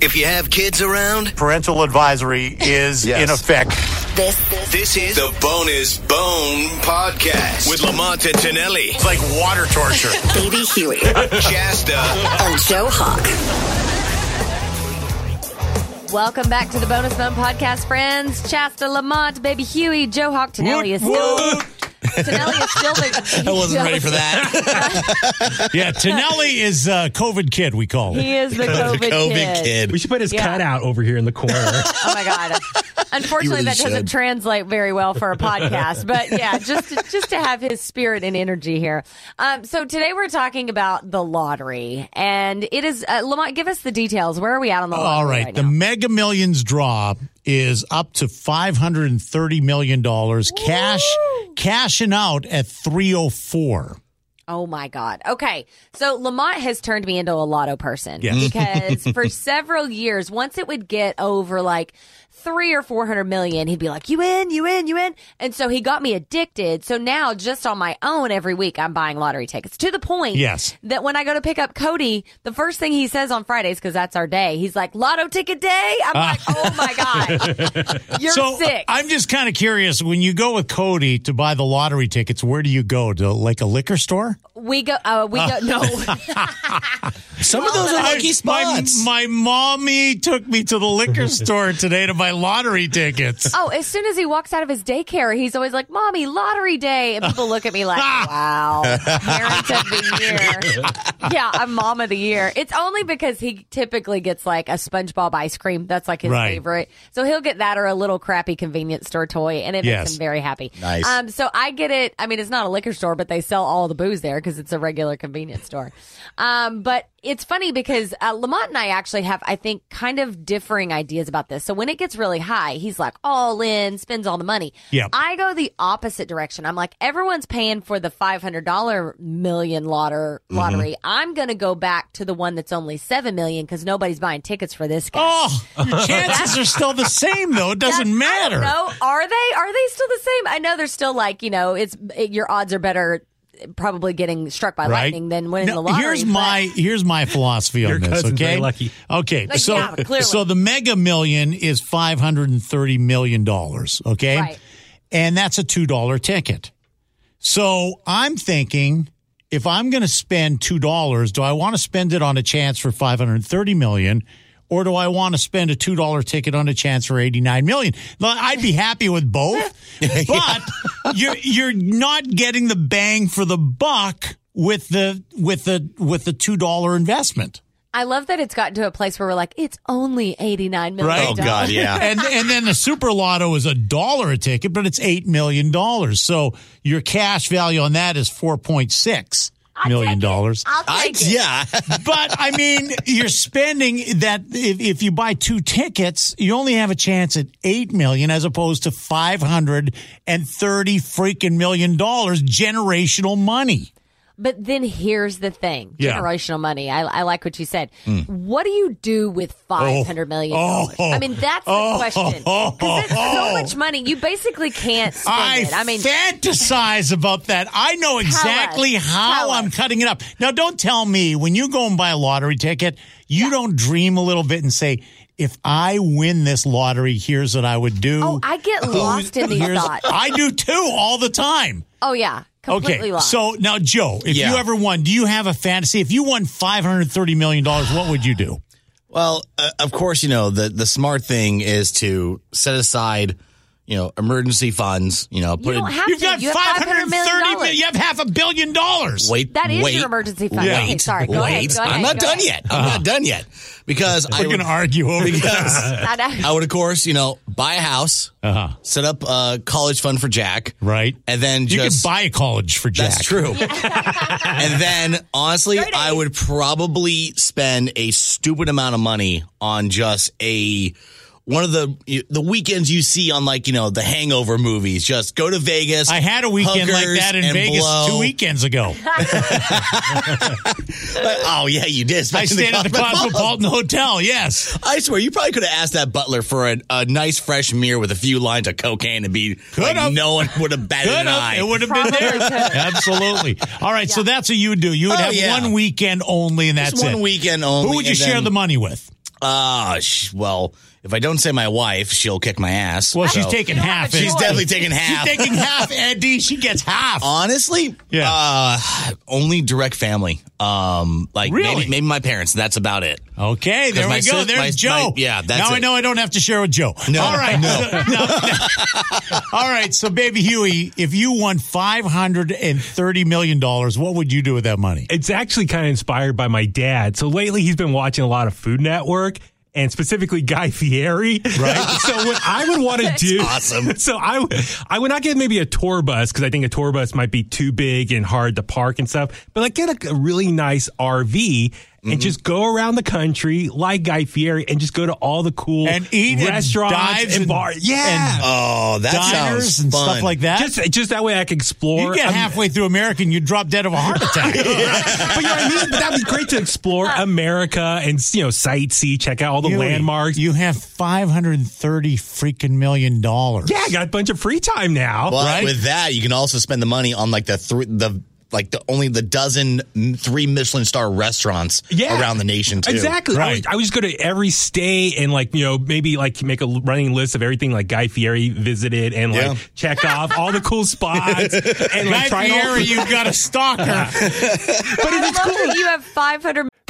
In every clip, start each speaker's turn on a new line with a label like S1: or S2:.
S1: If you have kids around,
S2: Parental advisory is
S3: Yes.
S2: in effect.
S4: This, this,
S1: this is the Bonus Bone Podcast with Lamont and Tonelli,
S2: It's like water torture.
S4: Baby Huey
S1: Shasta,
S4: and Joe Hawk.
S5: Welcome back to the Bonus Bone Podcast, friends. Shasta Lamont, Baby Huey, Joe Hawk, Tonelli is still. Tonelli is still the.
S6: I wasn't ready for that.
S7: Yeah, Tonelli is uh, COVID kid, we call him.
S5: He is the COVID,
S6: COVID
S5: kid.
S6: kid.
S8: We should put his
S5: Yeah.
S8: cutout over here in the corner.
S5: Oh my god! Unfortunately,
S6: You really
S5: that doesn't
S6: should.
S5: translate very well for a podcast. But yeah, just to, just to have his spirit and energy here. Um, so today we're talking about the lottery, and it is uh, Lamont. Give us the details. Where are we at on the lottery?
S2: All right. The
S5: now?
S2: Mega Millions draw is up to $530 million cash, cashing out at 304.
S5: Oh my God. Okay. So Lamont has turned me into a lotto person.
S2: Yes.
S5: Because for several years, once it would get over like three or 400 million, he'd be like, you in, you in, you in. And so he got me addicted. So now just on my own every week, I'm buying lottery tickets to the point
S2: Yes.
S5: that when I go to pick up Cody, the first thing he says on Fridays, because that's our day, he's like, lotto ticket day. I'm like, oh my God. You're
S2: so uh,
S5: sick.
S2: I'm just kind of curious when you go with Cody to buy the lottery tickets, where do you go? To like a liquor store?
S5: we go, uh, we go, no.
S6: Some of those are lucky
S2: my,
S6: spots.
S2: my mommy took me to the liquor store today to buy lottery tickets.
S5: Oh, as soon as he walks out of his daycare, he's always like, "Mommy, lottery day," and people look at me like, "Wow, parent of the year." Yeah, I'm mom of the year. It's only because he typically gets like a SpongeBob ice cream. That's like his
S2: Right.
S5: favorite. So he'll get that or a little crappy convenience store toy, and it
S2: Yes.
S5: makes him very happy.
S6: Nice.
S5: Um, so I get it. I mean, it's not a liquor store, but they sell all the booze there because it's a regular convenience store. Um, but it's funny because uh, Lamont and I actually have, I think, kind of differing ideas about this. So when it gets really high, he's like all in, spends all the money.
S2: Yep.
S5: I go the opposite direction. I'm like, everyone's paying for the $500 million lotter, lottery. I'm going to go back to the one that's only 7 million because nobody's buying tickets for this guy.
S2: Oh, your chances are still the same though. It doesn't matter.
S5: No, are they? Are they still the same? I know they're still like you know, it's it, your odds are better probably getting struck by
S2: Right?
S5: lightning than winning
S2: Now,
S5: the lottery.
S2: Here's
S5: but-
S2: my here's my philosophy on
S8: Your
S2: this.
S8: cousin's
S2: Okay,
S8: very lucky.
S2: Okay,
S5: Like,
S2: so
S5: yeah, clearly.
S2: so the Mega Million is five hundred and thirty million dollars. Okay,
S5: Right.
S2: and that's a two dollar ticket. So I'm thinking, if I'm going to spend two dollars, do I want to spend it on a chance for five hundred thirty million? Or do I want to spend a two dollar ticket on a chance for eighty nine million? Now, I'd be happy with both, but you're you're not getting the bang for the buck with the with the with the two dollar investment,
S5: I love that it's gotten to a place where we're like, it's only eighty nine million.
S2: right?
S6: Oh, God, yeah.
S2: and and then the super lotto is a dollar a ticket, but it's eight million dollars. So your cash value on that is four point six million dollars.
S5: I'll
S6: I,
S5: take it.
S6: yeah.
S2: But I mean, you're spending that if, if you buy two tickets, you only have a chance at eight million as opposed to five hundred and thirty freaking million dollars generational money.
S5: But then here's the thing:
S2: Yeah. Mm.
S5: generational money. I, I like what you said. What do you do with five hundred million dollars?
S2: Oh.
S5: I mean, that's the
S2: Oh.
S5: question. Because it's so much money, you basically can't spend
S2: I,
S5: it. I mean,
S2: fantasize about that. I know exactly
S5: us.
S2: how
S5: Tell
S2: I'm
S5: us.
S2: cutting it up. Now, don't tell me when you go and buy a lottery ticket, you don't dream a little bit and say, if I win this lottery, here's what I would do.
S5: oh, I get lost in these
S2: Here's-
S5: thoughts.
S2: I do too all the time.
S5: Oh yeah, completely
S2: Okay,
S5: lost.
S2: so now, Joe, if
S6: Yeah.
S2: you ever won, do you have a fantasy? If you won five hundred thirty million dollars, what would you do?
S6: Well, uh, of course, you know the the smart thing is to set aside, you know, emergency funds, you know,
S5: You
S6: put
S5: don't
S6: in-
S5: have
S2: You've
S5: to.
S2: got
S5: you have
S2: five hundred thirty.
S5: dollars.
S2: You have half a billion dollars.
S6: wait.
S5: That is
S6: wait,
S5: your emergency fund.
S6: Wait,
S5: Okay, sorry. Go ahead,
S6: wait.
S5: go ahead,
S6: I'm not
S5: go
S6: done
S5: ahead.
S6: yet. I'm not done yet because I
S2: We're
S6: would,
S2: going to argue over this.
S6: because
S5: I know.
S6: I would of course, you know, buy a house,
S2: Uh-huh.
S6: set up a college fund for Jack,
S2: Right.
S6: and then
S2: You
S6: just
S2: can buy a college for Jack.
S6: That's true. and then honestly,
S5: Great
S6: I
S5: idea.
S6: would probably spend a stupid amount of money on just a one of the the weekends you see on like you know the Hangover movies. Just go to Vegas.
S2: I had a weekend like
S6: hookers
S2: that in
S6: and
S2: Vegas
S6: blow.
S2: two weekends ago.
S6: Oh yeah, you did.
S2: I stayed at the
S6: Cosmopolitan.
S2: Cosmopolitan Hotel. Yes.
S6: I swear, you probably could have asked that butler for a, a nice fresh mirror with a few lines of cocaine and be like,
S2: Could've.
S6: no one would have batted
S2: Good.
S6: an eye.
S2: It would have been there.
S5: Probably could've.
S2: Absolutely. All right. So that's what you would do. You would
S6: Oh,
S2: have
S6: yeah.
S2: one weekend only, and that's
S6: Just one
S2: it.
S6: weekend only.
S2: Who would you
S6: and
S2: share
S6: then-
S2: the money with?
S6: Ah, sh- well, if I don't say my wife, she'll kick my ass.
S2: Well, she's
S6: So-
S2: taking
S5: don't
S2: half.
S5: have a
S2: Eddie.
S6: She's
S5: choice.
S6: definitely taking half.
S2: She's taking half, Eddie. She gets half.
S6: Honestly,
S2: Yeah.
S6: uh, only direct family. Um, like
S2: Really?
S6: maybe, maybe my parents. That's about it.
S2: Okay, there
S6: my
S2: we go.
S6: sis-
S2: There's
S6: my-
S2: Joe.
S6: my- yeah, that's
S2: now I
S6: it.
S2: know I don't have to share with Joe. all right,
S6: no.
S2: No, no. all right. So, baby Huey, if you won five hundred and thirty million dollars, what would you do with that money?
S3: It's actually kind of inspired by my dad. So lately, he's been watching a lot of Food Network. And specifically Guy Fieri, right? so what I would want to do,
S6: awesome.
S3: So I, w- I would not get maybe a tour bus because I think a tour bus might be too big and hard to park and stuff. But like get a, a really nice RV
S2: Mm-hmm.
S3: and just go around the country like Guy Fieri and just go to all the cool
S2: And eat and
S3: restaurants
S2: dives and-
S3: bars. Yeah,
S6: Oh, that
S2: Diners
S6: sounds
S2: and
S6: fun.
S2: stuff like that.
S3: just just that way I can explore.
S2: you get
S3: I'm-
S2: halfway through America and you drop dead of a heart attack.
S3: but you know what I mean? But that'd be great to explore America and you know sightsee, check out all the
S2: Huey,
S3: landmarks.
S2: You have five hundred and thirty freaking million dollars.
S3: yeah, I got a bunch of free time now.
S6: But
S2: right?
S6: with that, you can also spend the money on like the three the like the only the dozen mm, three Michelin star restaurants
S3: Yeah.
S6: around the nation too.
S3: Exactly. I,
S2: Right.
S3: would, I would just go to every state and like you know maybe like make a l- running list of everything like Guy Fieri visited and like
S6: Yeah.
S3: check off all the cool spots and
S2: Guy
S3: like try all-
S2: Fieri, you've got a stalker.
S3: But if it's
S5: I love
S3: cool,
S5: that you have 500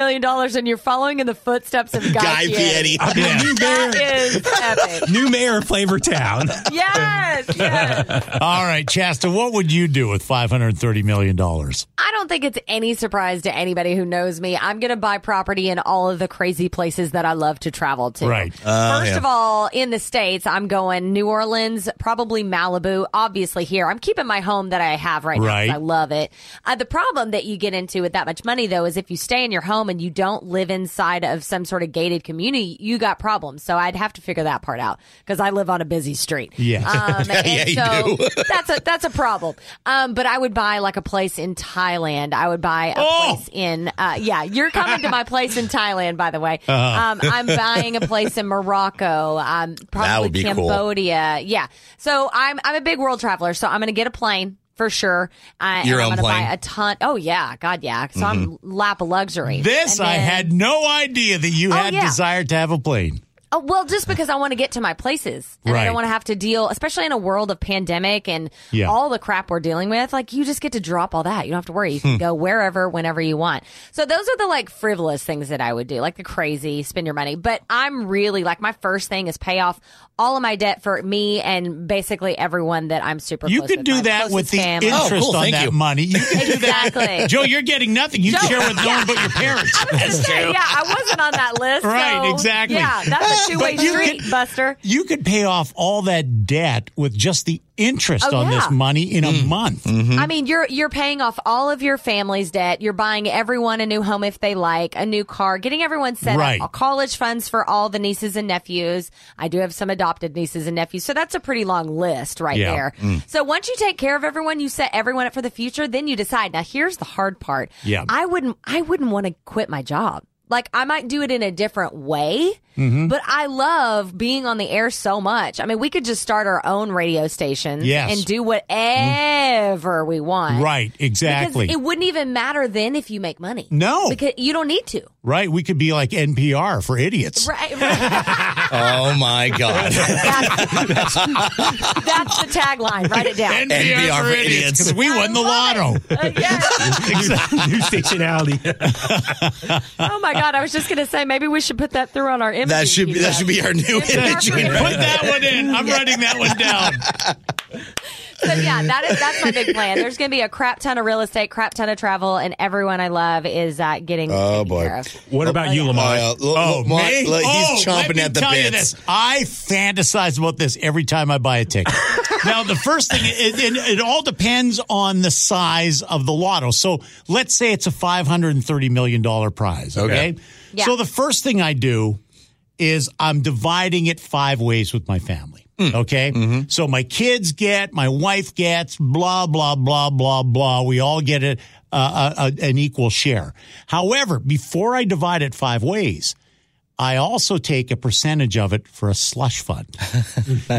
S5: million dollars and you're following in the footsteps of Guy,
S6: Guy Fieri.
S3: I'd be a new
S5: That
S3: mayor,
S5: is epic.
S3: new mayor of Flavortown.
S5: Yes, yes.
S2: All right, Chasta, what would you do with five hundred thirty million dollars?
S5: I don't think it's any surprise to anybody who knows me. I'm going to buy property in all of the crazy places that I love to travel to.
S2: Right.
S5: First of all, in the States, I'm going New Orleans, probably Malibu, obviously here. I'm keeping my home that I have right,
S2: Right.
S5: now. 'cause I love it. Uh, the problem that you get into with that much money, though, is if you stay in your home and you don't live inside of some sort of gated community, you got problems. So I'd have to figure that part out because I live on a busy street.
S2: Yeah.
S5: Um, and
S6: you
S5: so
S6: do.
S5: that's a that's a problem. Um, but I would buy like a place in Thailand. I would buy a
S2: Oh!
S5: place in uh, yeah. You're coming to my place in Thailand, by the way. Um, I'm buying a place in Morocco. Um, probably
S6: Uh-huh. would be cool.
S5: Cambodia. Yeah. So I'm I'm a big world traveler. So I'm gonna get a plane. For sure, I,
S6: Your
S5: and
S6: own
S5: I'm gonna buy
S6: plane? Mm-hmm.
S5: a ton. Oh yeah, God yeah. So I'm lap of luxury.
S2: This
S5: And
S2: I
S5: then-
S2: had no idea that you
S5: Oh,
S2: had
S5: yeah.
S2: desire to have a plane.
S5: Oh, well, just because I want to get to my places and I
S2: Right.
S5: don't want to have to deal, especially in a world of pandemic and
S2: Yeah.
S5: all the crap we're dealing with. Like, you just get to drop all that. You don't have to worry. You
S2: Hmm.
S5: can go wherever, whenever you want. So, those are the like frivolous things that I would do, like the crazy spend your money. But I'm really like, my first thing is pay off all of my debt for me and basically everyone that I'm super
S2: You
S5: close
S2: could
S5: with,
S2: do
S5: my
S2: that
S5: closest
S2: with the
S5: family. Oh,
S6: Oh,
S2: interest
S6: cool,
S2: on
S6: thank
S2: that
S6: you.
S2: money. You could do that.
S5: Exactly.
S2: Joe, you're getting nothing. You
S5: Joe-
S2: share with no one but your parents.
S5: That's true. Yeah, I wasn't on that list.
S2: Right,
S5: so,
S2: exactly.
S5: Yeah, that's a two way
S2: But you
S5: street,
S2: could-
S5: Buster.
S2: You could pay off all that debt with just the interest
S5: Oh,
S2: on
S5: yeah.
S2: this money in
S3: Mm.
S2: a month.
S5: I mean, you're you're paying off all of your family's debt. You're buying everyone a new home if they like, a new car, getting everyone set
S2: Right.
S5: up, college funds for all the nieces and nephews. I do have some adopted nieces and nephews, so that's a pretty long list right
S2: Yeah. Mm.
S5: there. So once you take care of everyone, you set everyone up for the future. Then you decide. Now, here's the hard part.
S2: Yeah.
S5: I wouldn't I wouldn't want to quit my job. Like I might do it in a different way.
S2: Mm-hmm.
S5: But I love being on the air so much. I mean, we could just start our own radio stations
S2: Yes.
S5: and do whatever we want.
S2: Right, exactly.
S5: Because it wouldn't even matter then if you make money.
S2: No.
S5: Because you don't need to.
S2: right, we could be like NPR for idiots.
S5: Right. right.
S6: Oh my God.
S5: That's, that's the tagline. Write it down.
S6: NPR for idiots.
S2: because we won the lotto.
S5: Uh, yes.
S3: New stationality.
S5: Oh my God! I was just gonna say maybe we should put that through on our image.
S6: That should be that should be our new
S5: It's our
S6: image.
S5: brand.
S2: Put that one in. I'm writing that one down.
S5: So yeah, that is that's my big plan. There's gonna be a crap ton of real estate, crap ton of travel, and everyone I love is uh, getting.
S6: Oh,
S5: taken
S6: boy.
S5: care of.
S3: What about you, Lamont?
S6: Uh, L-
S2: Oh,
S6: Lamont,
S2: me?
S6: look,
S2: Oh,
S6: he's chomping
S2: let me
S6: at the
S2: tell you
S6: bits.
S2: this. I fantasize about this every time I buy a ticket. now, the first thing, it, it, it all depends on the size of the lotto. So let's say it's a $530 million prize, okay?
S5: Yeah.
S2: So the first thing I do is I'm dividing it five ways with my family.
S6: Mm.
S2: Okay.
S6: Mm-hmm.
S2: So my kids get, my wife gets, blah, blah, blah, blah, blah. We all get a, a, a, uh, an equal share. However, before I divide it five ways, I also take a percentage of it for a slush fund.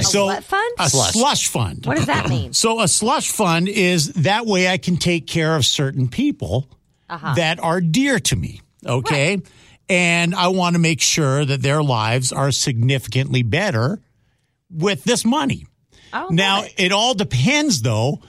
S2: So
S5: What fund?
S2: a slush, fund.
S5: What does that mean?
S2: So a slush fund is that way I can take care of certain people
S5: Uh-huh.
S2: that are dear to me. Okay. And I want to make sure that their lives are significantly better with this money.
S5: Oh,
S2: now,
S5: love it.
S2: it all depends though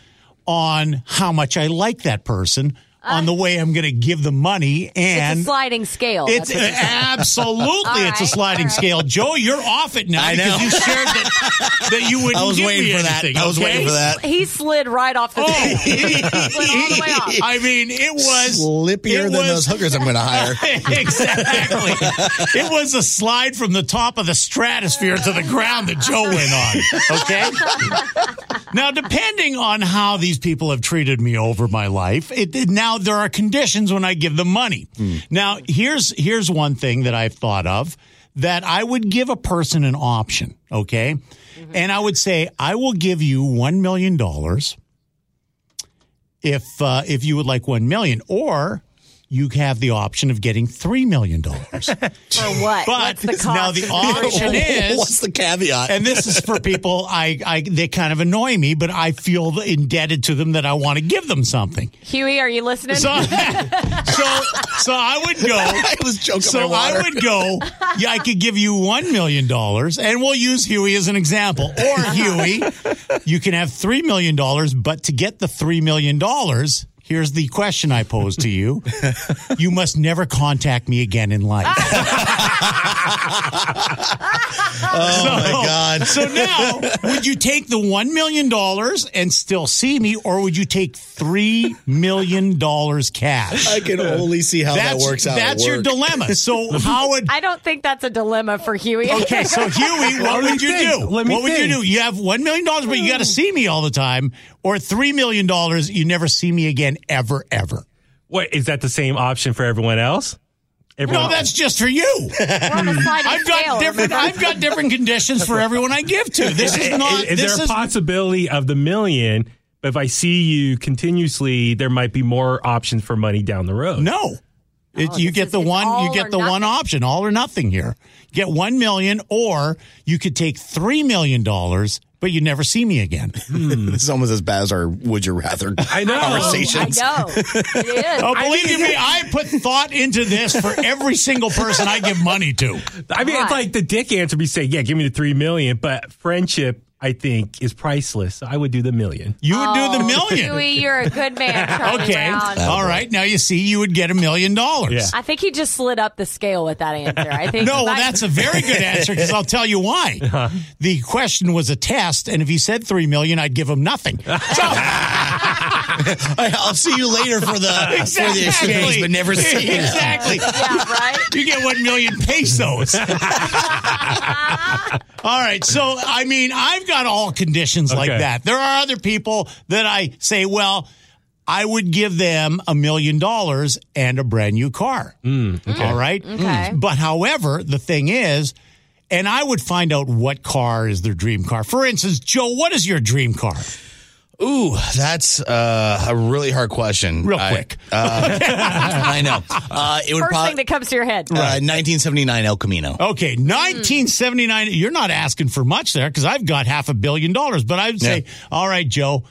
S2: on how much I like that person, on the way I'm going to give them money
S5: Uh. it's
S2: and
S5: a sliding
S6: Oh,
S5: scale.
S2: it's
S5: That's what you're saying.
S2: absolutely
S5: All
S2: it's a
S5: right,
S2: sliding
S5: all right.
S2: scale. Joe, you're off it now
S6: I
S2: because
S6: know.
S2: you shared that, that you wouldn't
S6: I was
S2: give
S6: waiting
S2: me
S6: for that.
S2: anything.
S6: I was
S2: okay?
S6: waiting for that.
S5: he slid right off the
S2: Oh,
S5: scale.
S2: he-
S5: He slid all the way off.
S2: I mean, it was
S6: Slippier
S2: it
S6: than those
S2: was-
S6: hookers I'm going to hire.
S2: exactly. It was a slide from the top of the stratosphere to the ground that Joe went on. Okay. Now, depending on how these people have treated me over my life, it, it- now there are conditions when I give them money. Now, here's here's one thing that I've thought of that I would give a person an option. Okay, and I would say I will give you one million dollars if uh, if you would like one million, or you have the option of getting three million dollars.
S5: For
S2: But
S5: what? What's the cost?
S2: now the
S5: of
S2: option
S5: version?
S2: is,
S6: What's the caveat?
S2: and this is for people I, I they kind of annoy me, but I feel indebted to them that I want to give them something.
S5: Huey, are you listening?
S2: So, so, so I would
S6: I
S2: go.
S6: was joking.
S2: So I would go. Yeah, I could give you one million dollars, and we'll use Huey as an example. Or Huey, you can have three million dollars, but to get the three million dollars, here's the question I pose to you: You must never contact me again in life.
S6: Oh my God.
S2: So now, would you take the one million dollars and still see me, or would you take three million dollars cash?
S6: I can only see how that
S2: that's
S6: works out. at
S2: that's your
S6: work.
S2: dilemma. So how would
S5: I don't think that's a dilemma for Huey.
S2: okay? So Huey, what
S3: Let me
S2: would you
S3: think.
S2: do?
S3: Let me
S2: what would you
S3: think.
S2: do? You have one million dollars, but you got to see me all the time, or three million dollars, you never see me again, ever, ever.
S3: What is that the same option for everyone else? Everyone
S2: No, that's just for you.
S5: We're on a sliding
S2: I've got
S5: scale,
S2: different.
S5: remember?
S2: I've got different conditions for everyone I give to. This is not.
S3: Eh, Is, is
S2: this
S3: there a
S2: is
S3: possibility of the million? But if I see you continuously, there might be more options for money down the road.
S2: No. It,
S5: No,
S2: you
S5: this
S2: get
S5: is-
S2: the
S5: it's
S2: one. You
S5: all
S2: get
S5: or
S2: the one
S5: nothing.
S2: option, all or nothing. Here, get one million, or you could take three million dollars, but you never see me again.
S6: This is almost as bad as our would you rather
S3: I know.
S5: Oh, I
S6: conversations.
S5: know. It is.
S2: Oh, believe you me, I put thought into this for every single person I give money to.
S3: I mean,
S5: Right.
S3: it's like the dick answer. We say, "Yeah, give me the three million, but friendship, I think, is priceless. So I would do the million.
S2: You would do
S5: Oh.
S2: the million.
S5: Huey, you're a good man, Charlie
S2: Okay, Uh,
S5: Brown.
S2: all right. Now you see, you would get a million dollars.
S5: I think he just slid up the scale with that answer. I think.
S2: No, well,
S5: I-
S2: that's a very good answer because I'll tell you why.
S6: Uh-huh.
S2: The question was a test, and if he said three million, I'd give him nothing. So-
S6: I'll see you later for the for the exchange, but never see you.
S2: Exactly.
S5: yeah, right.
S2: You get one million pesos. All right. So, I mean, I've got all conditions like
S3: Okay.
S2: that. There are other people that I say, well, I would give them a million dollars and a brand new car. All right. Mm.
S5: Okay.
S2: But however, the thing is, and I would find out what car is their dream car. For instance, Joe, what is your dream car?
S6: Ooh, that's uh, a really hard question.
S2: Real
S6: I-
S2: quick.
S6: uh, I know. Uh, it would
S5: First
S6: probably
S5: thing that comes to your head.
S6: uh, 1979 El Camino.
S2: Okay, 1979. You're not asking for much there because I've got half a billion dollars. But I would say,
S6: Yeah.
S2: all right, Joe,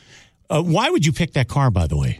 S2: uh, why would you pick that car, by the way?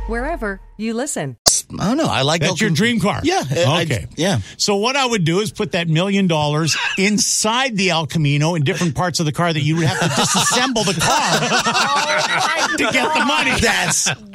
S9: wherever you listen.
S6: I don't know. I like
S2: That's
S6: El
S2: your
S6: Cam-
S2: dream car.
S6: Yeah. I-
S2: okay.
S6: yeah.
S2: So what I would do is put that million dollars inside the El Camino in different parts of the car that you would have to disassemble the
S5: Oh,
S2: car to get the money.
S6: That's
S2: and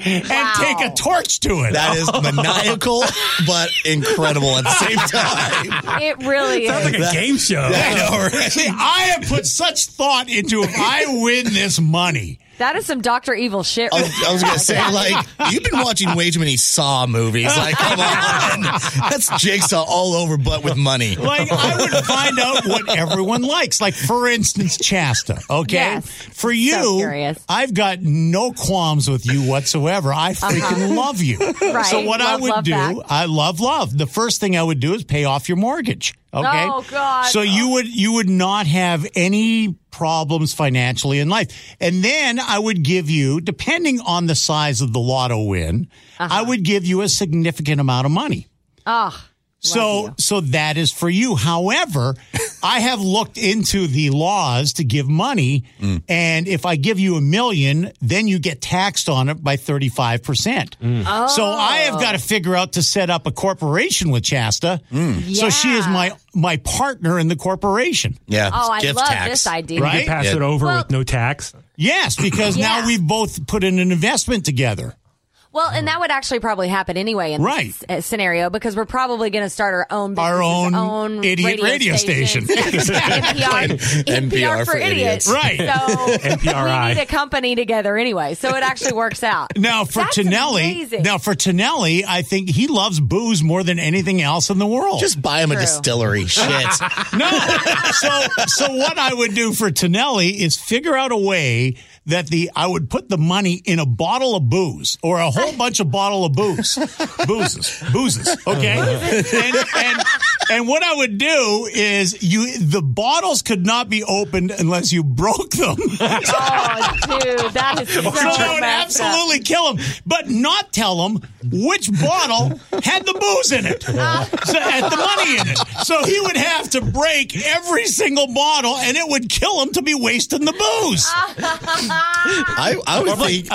S2: take a torch to it.
S6: that is maniacal but incredible at the same time.
S5: It really
S3: Sounds
S5: is.
S3: like a game show.
S6: I know,
S2: See,
S6: right?
S2: I have put such thought into if I win this money.
S5: That is some Doctor Evil shit.
S6: I
S2: Oh,
S6: was, I was gonna say, like, you've been watching way too many Saw movies. Like, come on, that's Jigsaw all over, but with money.
S2: Like I would find out what everyone likes. Like for instance, Chasta. Okay,
S5: Yes.
S2: for you,
S5: curious.
S2: I've got no qualms with you whatsoever. I freaking love you.
S5: Uh-huh. Right.
S2: So what I
S5: Love,
S2: would
S5: love
S2: do,
S5: back.
S2: I love love. The first thing I would do is pay off your mortgage. Okay.
S5: Oh, God.
S2: So you would you would not have any problems financially in life, and then I would give you, depending on the size of the lotto win, I
S5: Uh-huh.
S2: would give you a significant amount of money.
S5: Ah,
S2: So, so that is for you. However, I have looked into the laws to give money,
S5: Mm.
S2: and if I give you a million, then you get taxed on it by thirty five percent.
S5: Mm.
S2: So I
S5: Oh.
S2: have got to figure out to set up a corporation with Chasta. So she is
S5: Mm. Yeah.
S2: my my partner in the corporation.
S6: Yeah.
S5: oh, I
S6: gift
S5: love
S6: tax.
S5: this idea.
S2: Right?
S3: Pass
S6: Yeah.
S3: it over
S5: Well-
S3: with no tax.
S2: Yes, because now
S5: Yeah.
S2: we've both put in an investment together.
S5: Well, and that would actually probably happen anyway in
S2: Right.
S5: this uh, scenario because we're probably going to start our own business,
S2: Our own
S5: own
S2: idiot radio station.
S5: NPR, NPR for, idiots.
S2: Right.
S5: So
S3: NPRI.
S5: we need a company together anyway. So it actually works out.
S2: Now for
S5: That's
S2: Tonelli,
S5: amazing.
S2: now for Tonelli, I think he loves booze more than anything else in the world.
S6: Just buy him a
S5: True.
S6: distillery. Shit.
S2: No. so so what I would do for Tonelli is figure out a way that the I would put the money in a bottle of booze or a whole bunch of bottle of booze. Boozes. Boozes. Okay. and, and and what I would do is you the bottles could not be opened unless you broke them.
S5: Oh, dude, that is so
S2: So that would Oh,
S5: messed up.
S2: absolutely kill him, but not tell him which bottle had the booze in it, so, had the money in it. So he would have to break every single bottle, and it would kill him to be wasting the booze.
S6: I, I would think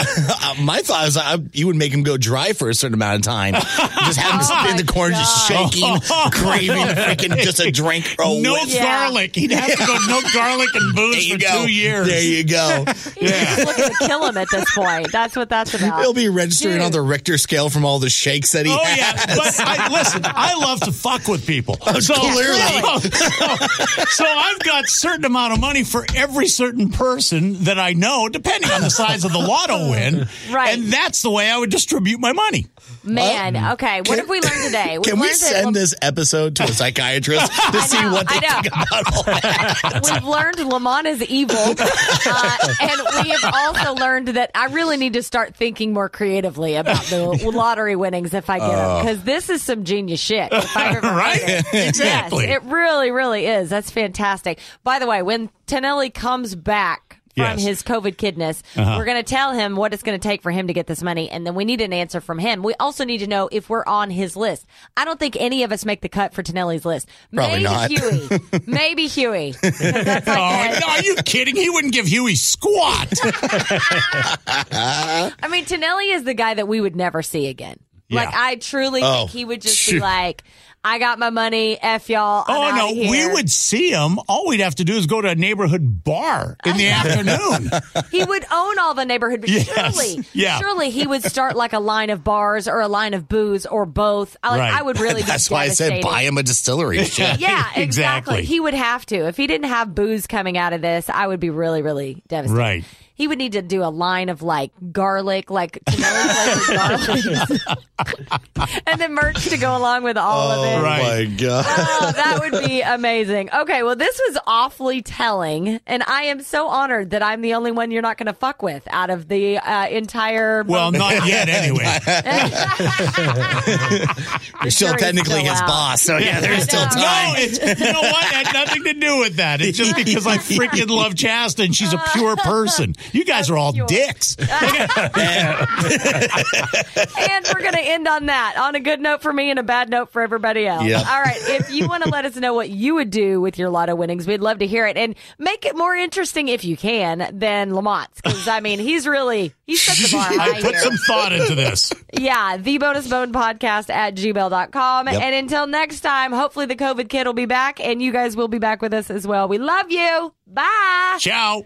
S6: my thought is I, you would make him go dry for a certain amount of time. Just have him
S5: Oh
S6: spin the
S5: my
S6: corn, just
S2: God.
S6: shaking, craving freaking just a drink. Away.
S2: No
S5: Yeah.
S2: garlic. He'd have to go no garlic and
S6: there
S2: booze
S6: you
S2: for
S6: go.
S2: two years.
S6: There you go.
S5: He's just looking to kill him at this point. That's what that's about.
S6: He'll be registering
S5: Dude.
S6: on the Richter scale from all the shakes that he
S2: Oh
S6: had.
S2: yeah, but I, listen, I love to fuck with people. So
S6: clearly.
S2: so I've got certain amount of money for every certain person that I know, depending on the size of the lotto win.
S5: Right.
S2: and that's the way I would distribute my money.
S5: Man, okay. What have we learned today?
S6: Can we
S5: learned that
S6: send
S5: Lam-
S6: this episode to a psychiatrist to see
S5: know,
S6: what they
S5: I know.
S6: think about all that?
S5: We've learned Lamont is evil, uh, and we have also learned that I really need to start thinking more creatively about the lottery winnings if I get
S6: Oh.
S5: them because this is some genius shit. If I've ever heard
S2: Right?
S5: it.
S2: Exactly.
S5: Yes, it really, really is. That's fantastic. By the way, when Tonelli comes back. From
S2: Yes.
S5: his COVID kidness.
S6: Uh-huh.
S5: We're going to tell him what it's going to take for him to get this money, and then we need an answer from him. We also need to know if we're on his list. I don't think any of us make the cut for Tonelli's list.
S6: Probably
S5: Maybe
S6: not.
S5: Huey. Maybe Huey. 'Cause That's like
S2: Oh,
S5: the-
S2: no, are you kidding? He wouldn't give Huey squat.
S5: I mean, Tonelli is the guy that we would never see again.
S2: Yeah.
S5: Like, I truly
S6: Oh,
S5: think he would just be
S6: shoot.
S5: like, I got my money, F y'all. I'm
S2: Oh
S5: outta
S2: no, we
S5: here."
S2: would see him. All we'd have to do is go to a neighborhood bar in the afternoon.
S5: He would own all the neighborhood. But
S2: Yes.
S5: Surely,
S2: Yeah.
S5: surely he would start like a line of bars or a line of booze or both. I, like,
S2: Right.
S5: I would really.
S6: That's
S5: be
S6: why I said
S5: devastated.
S6: buy him a distillery. Oh Shit.
S5: Yeah, exactly.
S2: Exactly.
S5: He would have to. If he didn't have booze coming out of this, I would be really, really devastated.
S2: Right.
S5: he would need to do a line of like garlic, like tomatoes, garlic, and then merch to go along with all of it.
S6: my god!
S5: Oh, that would be amazing. Okay, well, this was awfully telling, and I am so honored that I'm the only one you're not going to fuck with out of the uh, entire.
S2: Well, not yet, anyway.
S6: You're still
S5: jury's
S6: technically
S5: still
S6: his
S5: out.
S6: boss, so yeah, there's still time.
S2: No, it's, you know what? That had nothing to do with that. It's just because I freaking love Chasta and she's a pure person. You guys are all dicks.
S6: Ah,
S5: and we're going to end on that on a good note for me and a bad note for everybody else.
S2: Yeah.
S5: All right. If you want to let us know what you would do with your lotto winnings, we'd love to hear it and make it more interesting if you can than Lamont's. Because, I mean, he's really, he's set the bar high.
S2: I put
S5: here.
S2: some thought into this.
S5: Yeah, the bonus bone podcast at gmail.com.
S2: Yep.
S5: And until next time, hopefully the COVID kid will be back and you guys will be back with us as well. We love you. Bye.
S2: Ciao.